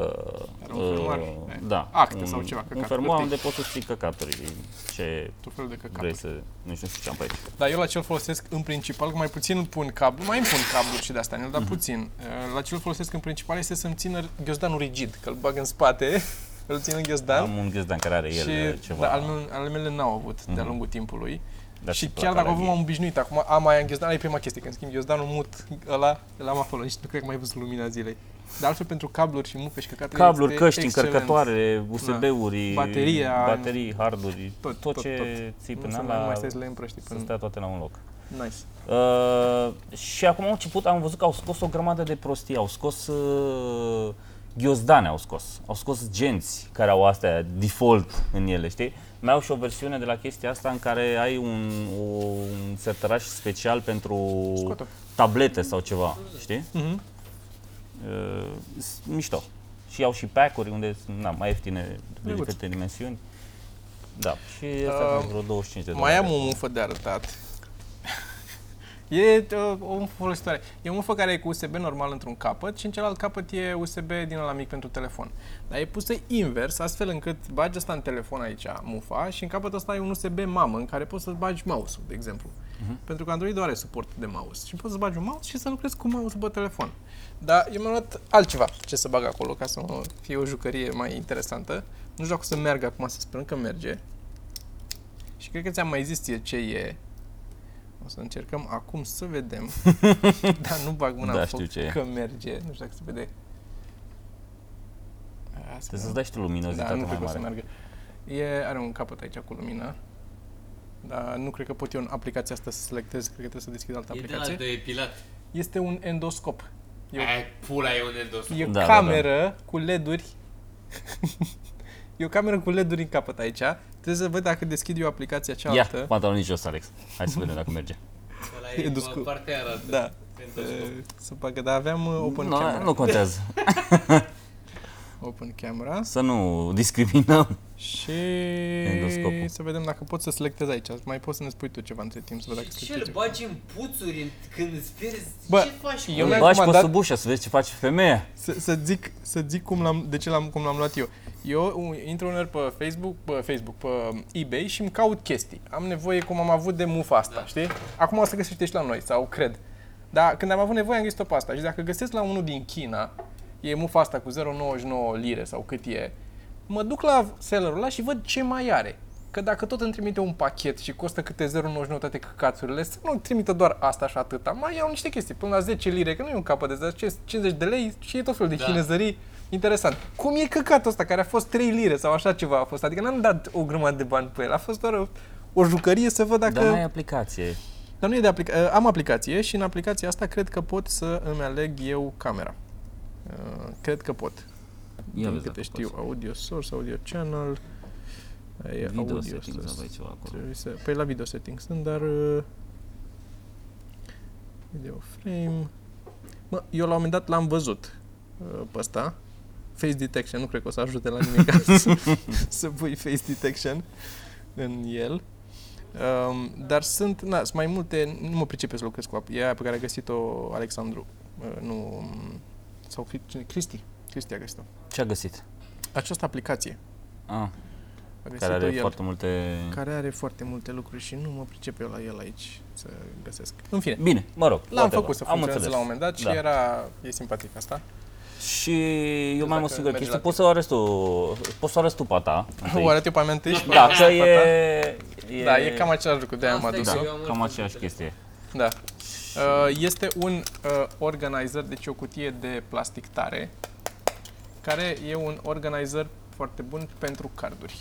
S2: un fermoar,
S1: uh,
S2: e,
S1: da,
S2: acte
S1: un-
S2: sau ceva,
S1: Un
S2: căcaturi,
S1: fermoar
S2: știi?
S1: unde poți să ții căcaturi, ce
S2: tot felul de
S1: vrei
S2: căcat.
S1: să... Nu știu ce am pe aici.
S2: Dar eu la cel folosesc în principal, că mai puțin îl pun cablu, mai îmi pun cablu și de asta, dar
S1: Mhm.
S2: puțin. Eh, La cel folosesc în principal este să-mi țină ghiozdanul rigid, că îl bag în spate, (laughs) îl țin în ghiozdan.
S1: Am un ghiozdan care are el uh,
S2: și
S1: ceva... Mhm.
S2: da, al meu- ale mele n-au avut de-a lungul timpului.
S1: Da,
S2: și
S1: și pe
S2: chiar
S1: ăla
S2: dacă
S1: la
S2: acum
S1: ei.
S2: am obișnuit, acum am mai în ghiozdan, e prima chestie, când schimb ghiozdanul mut ăla, l-am acolo și nu cred că mai văzut lumina zilei. Dar altfel pentru cabluri și mufe și căcaturi
S1: Cabluri,
S2: este
S1: căști,
S2: excelent. Da.
S1: încărcătoare, USB-uri,
S2: Bateria,
S1: baterii, harduri,
S2: tot,
S1: tot,
S2: tot,
S1: tot ce ții
S2: Nu,
S1: până
S2: să
S1: la...
S2: nu mai stai să le împrăști
S1: Să
S2: până...
S1: stea toate la un loc.
S2: Nice.
S1: Uh, și acum au început, am văzut că au scos o grămadă de prostii, au scos uh, ghiozdane, au scos, au scos genți care au astea default în ele, știi? Mai au și o versiune de la chestia asta în care ai un, un sertăraș special pentru
S2: Scotă.
S1: tablete sau ceva, știi?
S2: Mhm.
S1: Uh, s- mișto. Și au și pack-uri unde sunt na, mai ieftine de
S2: Drăguț.
S1: diferite dimensiuni. Da, și
S2: Uh,
S1: asta uh, vreo 25 de
S2: Mai
S1: dolari.
S2: am o mufă de arătat. (laughs) E uh, o mufă folositoare. E o mufă care e cu USB normal într-un capăt și în celălalt capăt e USB din ăla mic pentru telefon. Dar e pusă invers, astfel încât bagi asta în telefon aici, mufa, și în capătul ăsta e un USB mamă în care poți să bagi mouse-ul, de exemplu. Uh-huh. Pentru că Android are suport de mouse și poți să bagi un mouse și să lucrezi cu mouse pe telefon. Dar eu mi-am luat altceva ce să bag acolo ca să fie o jucărie mai interesantă. Nu știu dacă o să meargă acum, să sperăm că merge. Și cred că ți-am mai zis ție ce e. O să încercăm acum să
S1: (laughs)
S2: vedem. Dar nu bag mâna
S1: Da,
S2: în
S1: știu
S2: foc
S1: ce e.
S2: că merge. Nu știu dacă se vede. Aia,
S1: Trebuie
S2: mă-
S1: să-ți dai și tu
S2: da,
S1: luminozitate
S2: nu
S1: mai
S2: cred că o să
S1: mare.
S2: meargă. E, are un capăt aici cu lumina. Dar nu cred că pot eu în aplicația asta să selectez, cred că trebuie să deschid altă
S3: E de
S2: aplicație.
S3: la de epilat.
S2: Este un endoscop. E, o-
S3: Aia, pula e un endos.
S2: e
S1: Da,
S2: o
S1: da, da.
S2: cameră cu leduri. (laughs) e o cameră cu leduri în capăt aici. Trebuie să văd dacă deschid eu aplicația
S1: Ia,
S2: cealaltă.
S1: pantalonii jos, Alex. Hai să vedem dacă merge.
S3: Ăla e
S2: dus
S3: pe
S2: cu-
S3: partea aia arată.
S2: Da.
S3: Endoscop.
S2: E, Să bagă, dar aveam uh, open
S1: Nu,
S2: camera.
S1: nu contează.
S2: Open camera.
S1: Să nu discriminăm.
S2: Și
S1: Endoscopul.
S2: să vedem dacă pot să selectez aici. Mai poți să ne spui tu ceva între timp, să văd dacă
S3: Ce
S2: selectez
S3: îl
S2: eu.
S3: bagi în puțuri în- când îți pierzi?
S2: Bă,
S3: ce
S2: (laughs)
S3: faci?
S2: eu
S3: Eu
S1: Îl
S2: le-am
S1: bagi pe
S2: comandat-
S1: sub ușă să vezi ce face femeia.
S2: să, să zic, să zic cum l-am, de ce l-am, cum l-am luat eu. Eu u- intru uneori pe Facebook, pe Facebook, pe eBay și îmi caut chestii. Am nevoie cum am avut de mufa asta,
S3: Da.
S2: știi? Acum o să găsește și la noi, sau cred. Dar când am avut nevoie am găsit-o pe asta. Și dacă găsesc la unul din China, e mufa asta cu 0,99 lire sau cât e, mă duc la sellerul ăla și văd ce mai are. Că dacă tot îmi trimite un pachet și costă câte 0,99 toate căcațurile, să nu trimită doar asta și atâta. Mai iau niște chestii, până la 10 lire, că nu e un capăt de zece, 50 de lei și e tot felul de
S3: Da.
S2: chinezării. Interesant. Cum e căcatul ăsta care a fost 3 lire sau așa ceva a fost? Adică n-am dat o grămadă de bani pe el, a fost doar o, o jucărie să văd dacă...
S1: Dar nu ai aplicație.
S2: Dar nu e de aplica- ă, Am aplicație și în aplicația asta cred că pot să îmi aleg eu camera. Uh, Cred că pot.
S1: Ia
S2: Din
S1: vezi
S2: câte
S1: dacă
S2: știu,
S1: poți.
S2: audio source, audio channel, e
S1: Video
S2: audio
S1: settings
S2: source.
S1: aveai ceva acolo.
S2: Trebuie să... Păi la video settings sunt, dar... uh, Video frame... Mă, eu la un moment dat l-am văzut uh, pe ăsta. Face detection, nu cred că o să ajute la
S1: (laughs)
S2: nimic (laughs) să, să pui face detection în el. Um, dar sunt, na, sunt mai multe, nu mă pricepe să lucrez cu ap- e aia pe care a găsit-o Alexandru, uh, nu, sau Cri- cine? Cristi, Cristi a găsit-o.
S1: Ce a găsit?
S2: Această aplicație
S1: Ah,
S2: a găsit-o
S1: care are
S2: el
S1: foarte multe...
S2: care are foarte multe lucruri și nu mă pricep eu la el aici să găsesc. În fine,
S1: Bine, mă rog.
S2: l-am
S1: whatever.
S2: făcut să
S1: Am
S2: funcționeze
S1: înțeles.
S2: la un moment dat și
S1: Da.
S2: era, e simpatic asta.
S1: Și eu mai
S2: Deci dacă
S1: am o singură
S2: mergi
S1: chestie.
S2: la
S1: Poți să o arăți tu, poți să o arăți tu
S2: (laughs)
S1: pata.
S2: O arăt eu pe aminte și
S1: Păi- Da, că
S2: pe ta.
S1: e...
S2: Da, e cam același lucru, de-aia am
S3: Asta e
S2: adus-o.
S1: da,
S3: Eu am
S1: cam
S3: oricum
S1: aceeași
S3: pe
S1: chestie.
S2: Da. Uh, Este un uh, organizer, deci o cutie de plastic tare, care e un organizer foarte bun pentru carduri.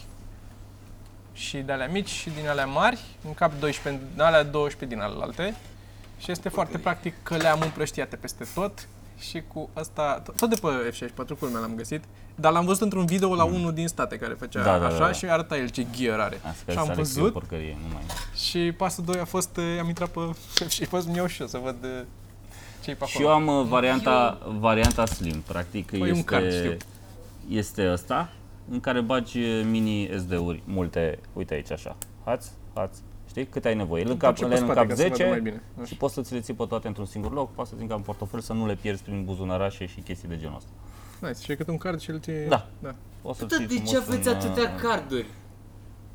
S2: Și de alea mici și din alea mari, în cap 12, din alea 12 din alelalte. Și este foarte practic că le am împrăștiate peste tot și cu asta, tot- tot de pe F64 culmea l-am găsit, dar l-am văzut într-un video la unul din state care făcea
S1: Mm. Da, da, da,
S2: așa
S1: da.
S2: și arăta el ce gear are.
S1: Asta
S2: și am
S1: că
S2: văzut
S1: porcărie, nu mai...
S2: și pasul 2 a fost, uh, am intrat pe (laughs) și a fost mi și eu să văd uh, ce-i pe acolo.
S1: Și eu am uh, varianta, varianta slim, practic
S2: Păi, un
S1: este,
S2: card, știu.
S1: este asta în care bagi uh, mini SD-uri multe, uite aici așa, hați, hați, știi, cât ai nevoie, în cap,
S2: și pe
S1: le ai în
S2: spate,
S1: cap
S2: ca să vadă mai
S1: 10
S2: bine. Așa.
S1: și poți să ți le ții pe toate într-un singur loc, poți să ții ca în portofel să nu le pierzi prin buzunărașe și chestii de genul ăsta.
S2: Nice, și e cât un card și îl ți...
S1: Da.
S2: da.
S1: O să
S3: Tot de ce aveți
S1: uh,
S3: atâtea carduri?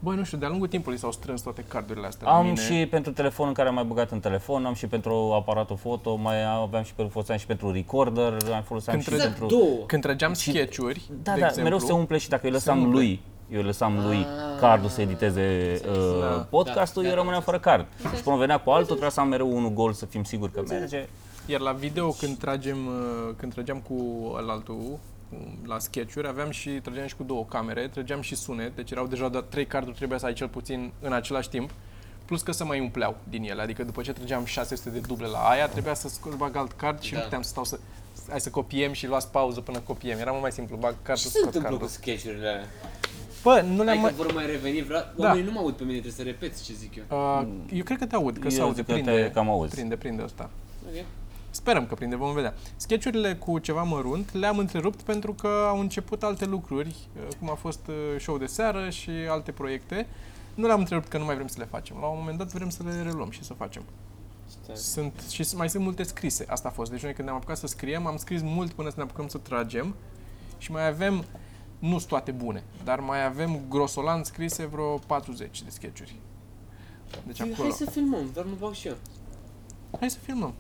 S2: Băi, nu știu, de-a lungul timpului s-au strâns toate cardurile astea la
S1: Am
S2: mine.
S1: și pentru telefon în care am mai băgat în telefon, am și pentru aparatul foto, mai aveam și pentru foloseam și pentru recorder, am foloseam
S2: Când
S1: și
S2: trăgeam-
S1: pentru...
S3: Două.
S2: Când trăgeam sketch-uri,
S1: Da,
S2: de
S1: da,
S2: exemplu,
S1: mereu se umple și dacă îi lăsam
S2: umple.
S1: lui, eu îi lăsam lui cardul să editeze uh,
S2: Da.
S1: podcastul,
S3: Ah. Exact. Da,
S1: eu
S3: da,
S1: rămâneam fără card. Și până venea cu altul, trebuia să am mereu unul gol să fim siguri că merge.
S3: Deci-
S2: Iar la video, când, tragem, uh, când trăgeam cu altul, la sketch-uri, aveam și, trăgeam și cu două camere, trăgeam și sunet, deci erau deja doar trei carduri, trebuia să ai cel puțin în același timp, plus că se mai umpleau din ele, adică după ce trăgeam 600 de duble la aia, trebuia să scot, bag alt card și
S3: Da.
S2: nu puteam să stau să... Hai să copiem și luați pauză până copiem. Era mult mai simplu, bag cardul,
S3: Ce se
S2: scot
S3: întâmplă cu Adică
S2: cardul.
S3: sketch-urile alea?
S2: Bă, nu le-am
S3: Hai că
S2: mai...
S3: vor mai reveni,
S2: Da.
S3: vreau... Oamenii nu mă aud pe mine, trebuie să repet ce zic eu.
S2: Uh, eu cred că te aud, că
S1: Eu
S2: se aude,
S1: zic că te
S2: prinde,
S1: cam auzi.
S2: prinde, prinde asta.
S3: Ok.
S2: Sperăm că prinde, vom vedea. Sketchurile cu ceva mărunt le-am întrerupt pentru că au început alte lucruri, uh, cum a fost uh, show de seară și alte proiecte. Nu le-am întrerupt că nu mai vrem să le facem. La un moment dat vrem să le reluăm și să facem.
S3: Păi,
S2: Sunt, și s- mai sunt multe scrise. Asta a fost. Deci noi când ne-am apucat să scriem, am scris mult până să ne apucăm să tragem și mai avem, nu sunt toate bune, dar mai avem grosolan scrise vreo 40 de sketchuri. Deci
S3: Zic,
S2: acolo.
S3: Hai să filmăm, doar nu bag și eu.
S2: Hai să filmăm.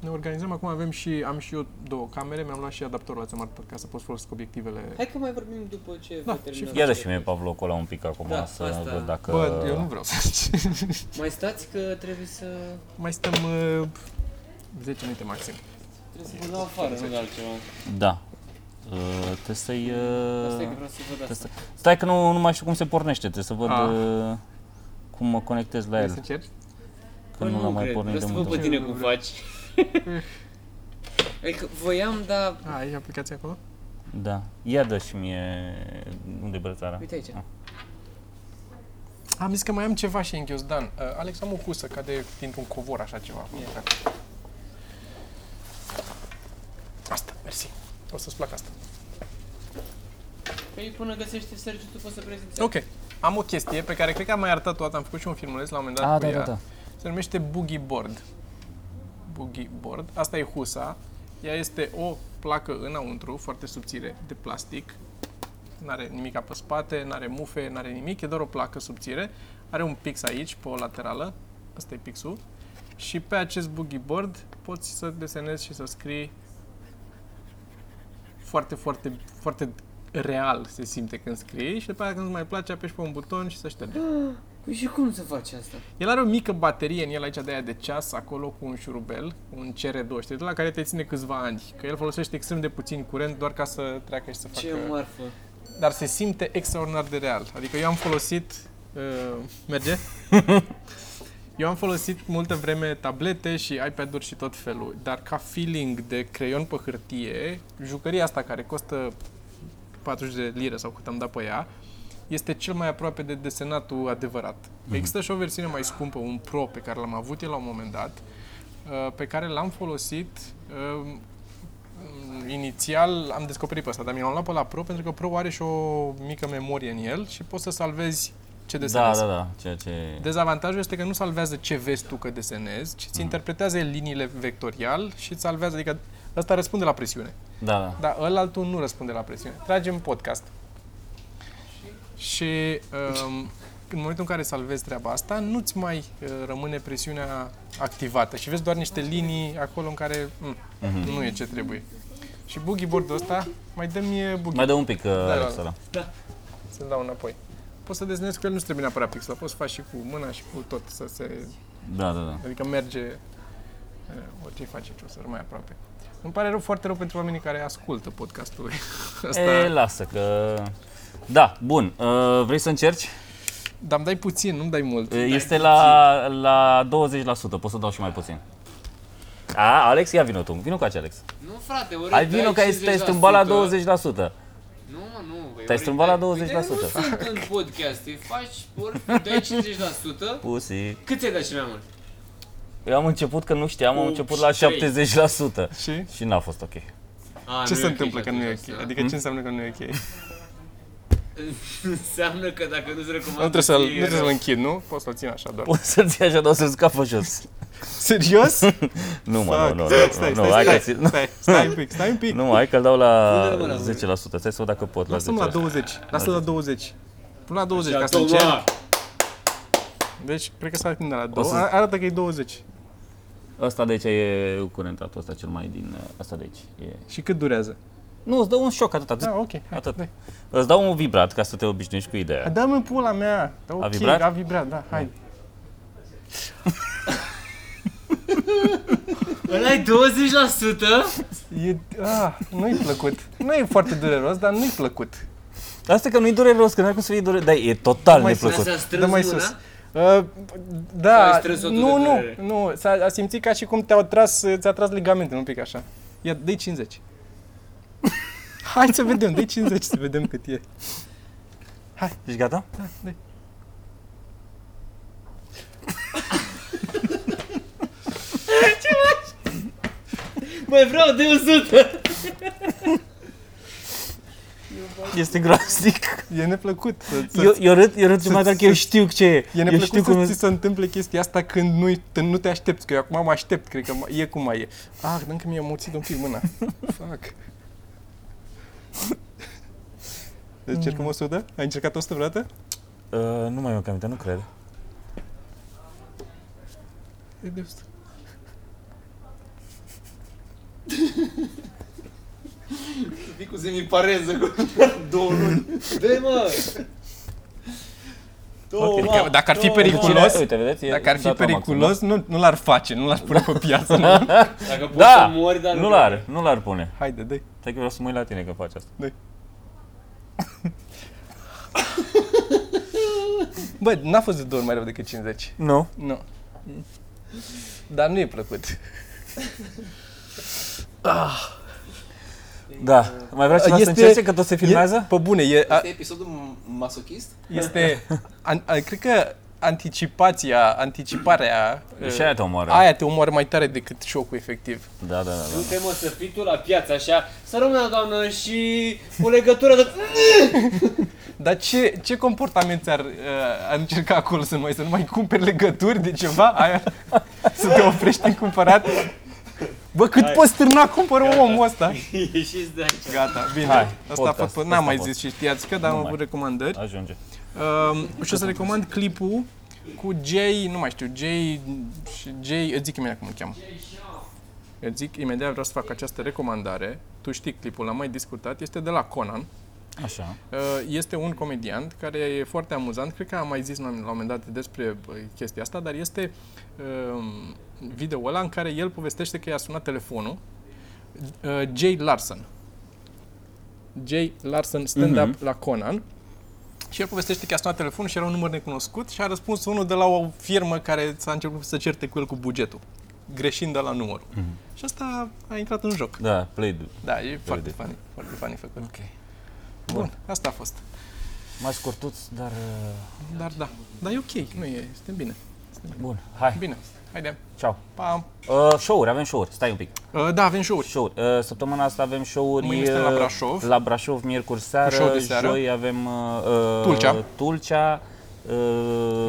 S2: Ne organizăm acum, avem și, am și eu două camere, mi-am luat și adaptorul la țămar ca să pot folosesc obiectivele.
S3: Hai că mai vorbim după ce
S2: Da,
S3: va termina.
S2: și-
S1: Ia dă și mie Pavlocul ăla un pic acum
S3: Da,
S1: să
S3: asta-
S1: văd dacă...
S2: Bă, eu nu vreau să (laughs)
S3: Mai stați că trebuie să...
S2: Mai stăm uh, 10 minute maxim.
S3: Trebuie să vă dau afară, nu de altceva.
S1: Da. Uh, trebuie să-i... Uh,
S3: Asta e că vreau să văd
S1: trebuie
S3: asta.
S1: să... Stai că nu, nu mai știu cum se pornește, trebuie să văd
S2: Ah. Păi
S1: uh, cum mă conectez la
S2: Vrei să
S1: el,
S2: încerci?
S1: că nu l-am mai
S3: Păi cred,
S1: pornit de
S3: vreau să
S1: mult.
S3: văd pe
S1: timp.
S3: tine cum
S2: (laughs)
S3: faci. Adică voiam, dar...
S2: A, ai aplicația acolo?
S1: Da. Ia dă și mie unde e brățara.
S3: Uite aici.
S2: Am zis că mai am ceva și în ghiozdan. Uh, Alex, am o cusă, cade dintr-un covor așa ceva.
S3: Ia.
S2: Asta, mersi. O să-ți placă asta.
S3: Păi până găsește Sergiu, tu poți să prezinti.
S2: Ok. Am o chestie pe care cred că am mai arătat-o dată, am făcut și un filmuleț la un moment dat
S1: Ah,
S2: cu
S1: da,
S2: ea.
S1: da, da.
S2: Se numește Boogie Board. Boogie Board. Asta e husa. Ea este o placă înăuntru, foarte subțire, de plastic. N-are nimic pe spate, n-are mufe, n-are nimic, e doar o placă subțire. Are un pix aici, pe o laterală. Asta e pixul. Și pe acest boogie board poți să desenezi și să scrii foarte, foarte, foarte real se simte când scrii și după aia când îți mai place apeși pe un buton și se șterge.
S3: Păi și cum să faci asta?
S2: El are o mică baterie în el aici de aia de ceas, acolo cu un șurubel, un CR2, știi, de la care te ține câțiva ani. Că el folosește extrem de puțin curent doar ca să treacă și să facă...
S3: Ce marfă.
S2: Dar se simte extraordinar de real. Adică eu am folosit... Uh, merge? eu am folosit multă vreme tablete și iPad-uri și tot felul, dar ca feeling de creion pe hârtie, jucăria asta care costă 40 de lire sau cât am dat pe ea, este cel mai aproape de desenatul adevărat.
S1: Mhm.
S2: Există și o versiune mai scumpă, un Pro, pe care l-am avut eu la un moment dat, uh, pe care l-am folosit um, Mm, inițial am descoperit pe asta, dar mi l-am luat pe la Pro pentru că Pro are și o mică memorie în el și poți să salvezi ce
S1: Da,
S2: desenezi.
S1: da, da, ceea ce...
S2: Dezavantajul este că nu salvează ce vezi tu că desenezi, ci îți interpretează el liniile vectorial și îți salvează, adică ăsta răspunde la presiune,
S1: Da, da.
S2: dar ălaltul nu răspunde la presiune. Tragem podcast. Și um, în momentul în care salvezi treaba asta, nu-ți mai uh, rămâne presiunea activată și vezi doar niște linii acolo în care mm, nu e ce trebuie. Și boogie board-ul ăsta, mai dă mie boogie
S1: Mai dă un pic, uh, Alex,
S2: da.
S1: ăla.
S2: să-l dau înapoi. Poți să desenezi cu el, nu trebuie neapărat pixel, poți să faci și cu mâna și cu tot, să se
S1: Da, da, da.
S2: Adică merge eh, orice faceți, o să rămâi aproape. Îmi pare rău, foarte rău pentru oamenii care ascultă podcastul (laughs) ăsta.
S1: E, lasă că... Da, bun. Uh, vrei să încerci?
S2: Dar îmi dai puțin, nu-mi dai mult.
S1: Uh, Este la, la 20%, pot să dau și mai puțin. A, Alex, ia vino tu. Vino cu aici, Alex.
S3: Nu frate, ori
S1: Ai
S3: dai
S1: vino că ai- te-ai strâmbat la 20%.
S3: Nu, mă, nu. băi, ori
S1: Te-ai strâmbat la
S3: dai-
S1: 20%.
S3: Uite, Nu sunt în podcast, îi faci ori dai 50%.
S1: Pusi.
S3: Cât ți-ai dat și mai mult?
S1: Eu am început că nu știam, am
S3: Cu
S1: început la
S3: trei.
S1: 70%.
S2: Și?
S1: Și n-a fost ok.
S3: A,
S2: Ce
S3: nu
S2: se
S3: e ok
S2: întâmplă că nu e
S3: și
S2: ok?
S3: atunci, da.
S2: Adică
S1: Hmm?
S2: ce înseamnă că nu e ok?
S3: Înseamnă că dacă nu-ți recomand...
S2: Nu trebuie să-l,
S3: ție,
S2: nu trebuie
S3: e
S2: să-l
S3: rău.
S2: închid, nu? Poți să-l țin așa
S1: (laughs)
S2: doar.
S1: Poți să-l ții așa, dar o să-l scapă jos.
S2: (laughs) Serios?
S1: Nu, mă, nu, nu,
S2: Stai,
S1: nu,
S2: stai,
S1: nu, hai că
S2: stai,
S1: ți-
S2: stai, stai, stai un pic, stai un pic.
S1: Nu, hai că-l dau la
S3: Pune-l
S1: 10%.
S3: mâna,
S1: Stai să văd dacă pot la
S2: Lasă-mă la
S1: 10%.
S2: 20, lasă-l la 20. Până la 20 ca să
S3: Toma!
S2: încerc. Deci, cred că s-a atins de la 2.
S1: să-
S2: Arată că e 20.
S1: Ăsta de aici e curentatul ăsta cel mai din... ă, Asta de aici e...
S2: Și cât durează?
S1: Nu, îți dă un șoc atât,
S2: Da,
S1: atât.
S2: ok. Hai,
S1: Atât.
S2: dai.
S1: Îți dau un vibrat ca să te obișnuiești cu ideea.
S2: Dă-mi pula mea! Da, ok,
S1: vibrat?
S2: A vibrat, da, hai.
S3: Ăla ai 20%?
S2: E, a, nu-i plăcut. Nu e foarte dureros, dar nu-i plăcut.
S1: Asta că nu-i dureros, că n-ai cum să fii dureros, dar e total
S2: Mai
S1: neplăcut.
S3: Ăsta a
S2: Dă
S3: strâns
S2: mai
S3: mâna?
S2: sus. Uh, da,
S3: ai strâns-o tu
S2: nu,
S3: de
S2: nu,
S3: durere?
S2: nu, s-a a simțit ca și cum te-au tras, ți-a tras ligamentul un pic așa. Ia, dă 50. Hai să vedem, dă 50 să vedem cât e.
S1: Ești gata?
S2: Da,
S3: (laughs)
S2: dă-i.
S3: Mai vreau de 100!
S1: Este groaznic.
S2: E neplăcut. Să, să,
S1: Eu, eu râd, eu râd
S2: să-
S1: numai dacă eu știu ce e.
S2: E
S1: eu știu
S2: neplăcut
S1: cum
S2: să ți se întâmple chestia asta când nu, când nu te aștepți, că eu acum mă aștept, cred că mă- e cum mai e. Ah, dăm că mi-a mulțit un pic
S1: (laughs)
S2: mâna. Fuck.
S1: Mm.
S2: Deci încercăm 100? Ai încercat 100 vreodată?
S1: Uh, nu mai am aminte, nu cred.
S4: E de asta.
S3: Vii cu semipareză cu (laughs) două luni. Dă-i, mă!
S1: Ok,
S3: Toma,
S2: dacă ar fi
S3: Toma.
S2: periculos-
S1: Cine- Uite, vedeți? e
S2: Dacă ar fi
S1: dat la maxim, (laughs)
S2: periculos, nu, nu l-ar face, nu l-ar pune pe piață. Nu?
S3: Dacă poți
S1: Da!
S3: să mori, dar
S1: Nu l-ar, nu l-ar pune.
S2: Haide, dă
S1: Stai că vreau să mă uit la tine că faci asta.
S2: Bă, n-a fost de două ori mai rău decât 50.
S1: Nu.
S2: Nu. Dar nu e plăcut.
S1: Da. Mai vrea cineva să încerce că tot se
S2: E,
S1: filmează?
S2: pe bune, e, a,
S3: Este episodul m- masochist?
S2: este an, a, cred că anticipația, anticiparea,
S1: Și aia te omoară.
S2: aia te omoară mai tare decât șocul efectiv.
S1: Da, da, da. da.
S3: Du-te mă să fii tu la piață așa, să rămână doamnă și o legătură de... (laughs)
S2: Dar ce, ce comportament ți-ar uh, ar încerca acolo să nu mai, să nu mai cumperi legături de ceva? Aia, (laughs) să te oprești în cumpărat? Bă, cât poți stârna cumpără omul ăsta?
S3: Ieșiți de aici.
S2: Gata, bine.
S1: Hai,
S2: asta a
S1: podcast,
S2: fost,
S1: asta
S2: n-am mai
S1: a fost.
S2: zis și știați că, dar
S1: Nu
S2: am
S1: mai.
S2: avut recomandări.
S1: Ajunge.
S2: Um, și o să recomand clipul cu Jay, nu mai știu, Jay și Jay, îți zic imediat cum îl cheamă. Îți zic imediat vreau să fac această recomandare. Tu știi clipul, l-am mai discutat, este de la Conan.
S1: Așa.
S2: Uh, Este un comediant care e foarte amuzant. Cred că am mai zis la un la un moment dat despre bă, chestia asta, dar este um, video ăla în care el povestește că i-a sunat telefonul uh, Jay Larson. Jay Larson, stand-up
S1: Mhm.
S2: la Conan. Și el povestește că i-a sunat telefonul și era un număr necunoscut și a răspuns unul de la o firmă care s-a început să certe cu el cu bugetul, greșind de la numărul. Și asta a intrat în joc.
S1: Da, play do.
S2: Da, e foarte
S1: Mhm. Vede.
S2: funny, foarte funny făcut.
S1: Ok.
S2: Bun, asta a fost.
S1: Mai scurtuț, dar... uh,
S2: Dar da, dar e ok, nu e, suntem bine.
S1: Bun, hai,
S2: Bine, haide,
S1: ceau.
S2: pa!
S1: Uh, show-uri, avem show-uri. Stai un pic.
S2: Uh, da, avem show-uri.
S1: Show-uri. Uh, săptămâna asta avem show-uri...
S2: Mâine suntem la
S1: uh,
S2: Brașov.
S1: La Brașov, miercuri seară.
S2: Show de seară.
S1: Joi avem... uh, uh,
S2: Tulcea.
S1: Tulcea. Uh,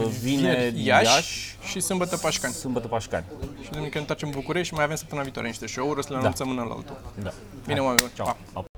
S1: vine
S2: Vineri, Iași, Iași și sâmbătă Pașcani.
S1: Sâmbătă Pașcani.
S2: Și duminică ne întoarcem în București și mai avem săptămâna viitoare niște show-uri, o să le anunțăm da. la altul.
S1: Da.
S2: Bine, oameni, buni,
S1: Ceau.
S2: pa!
S1: Pa.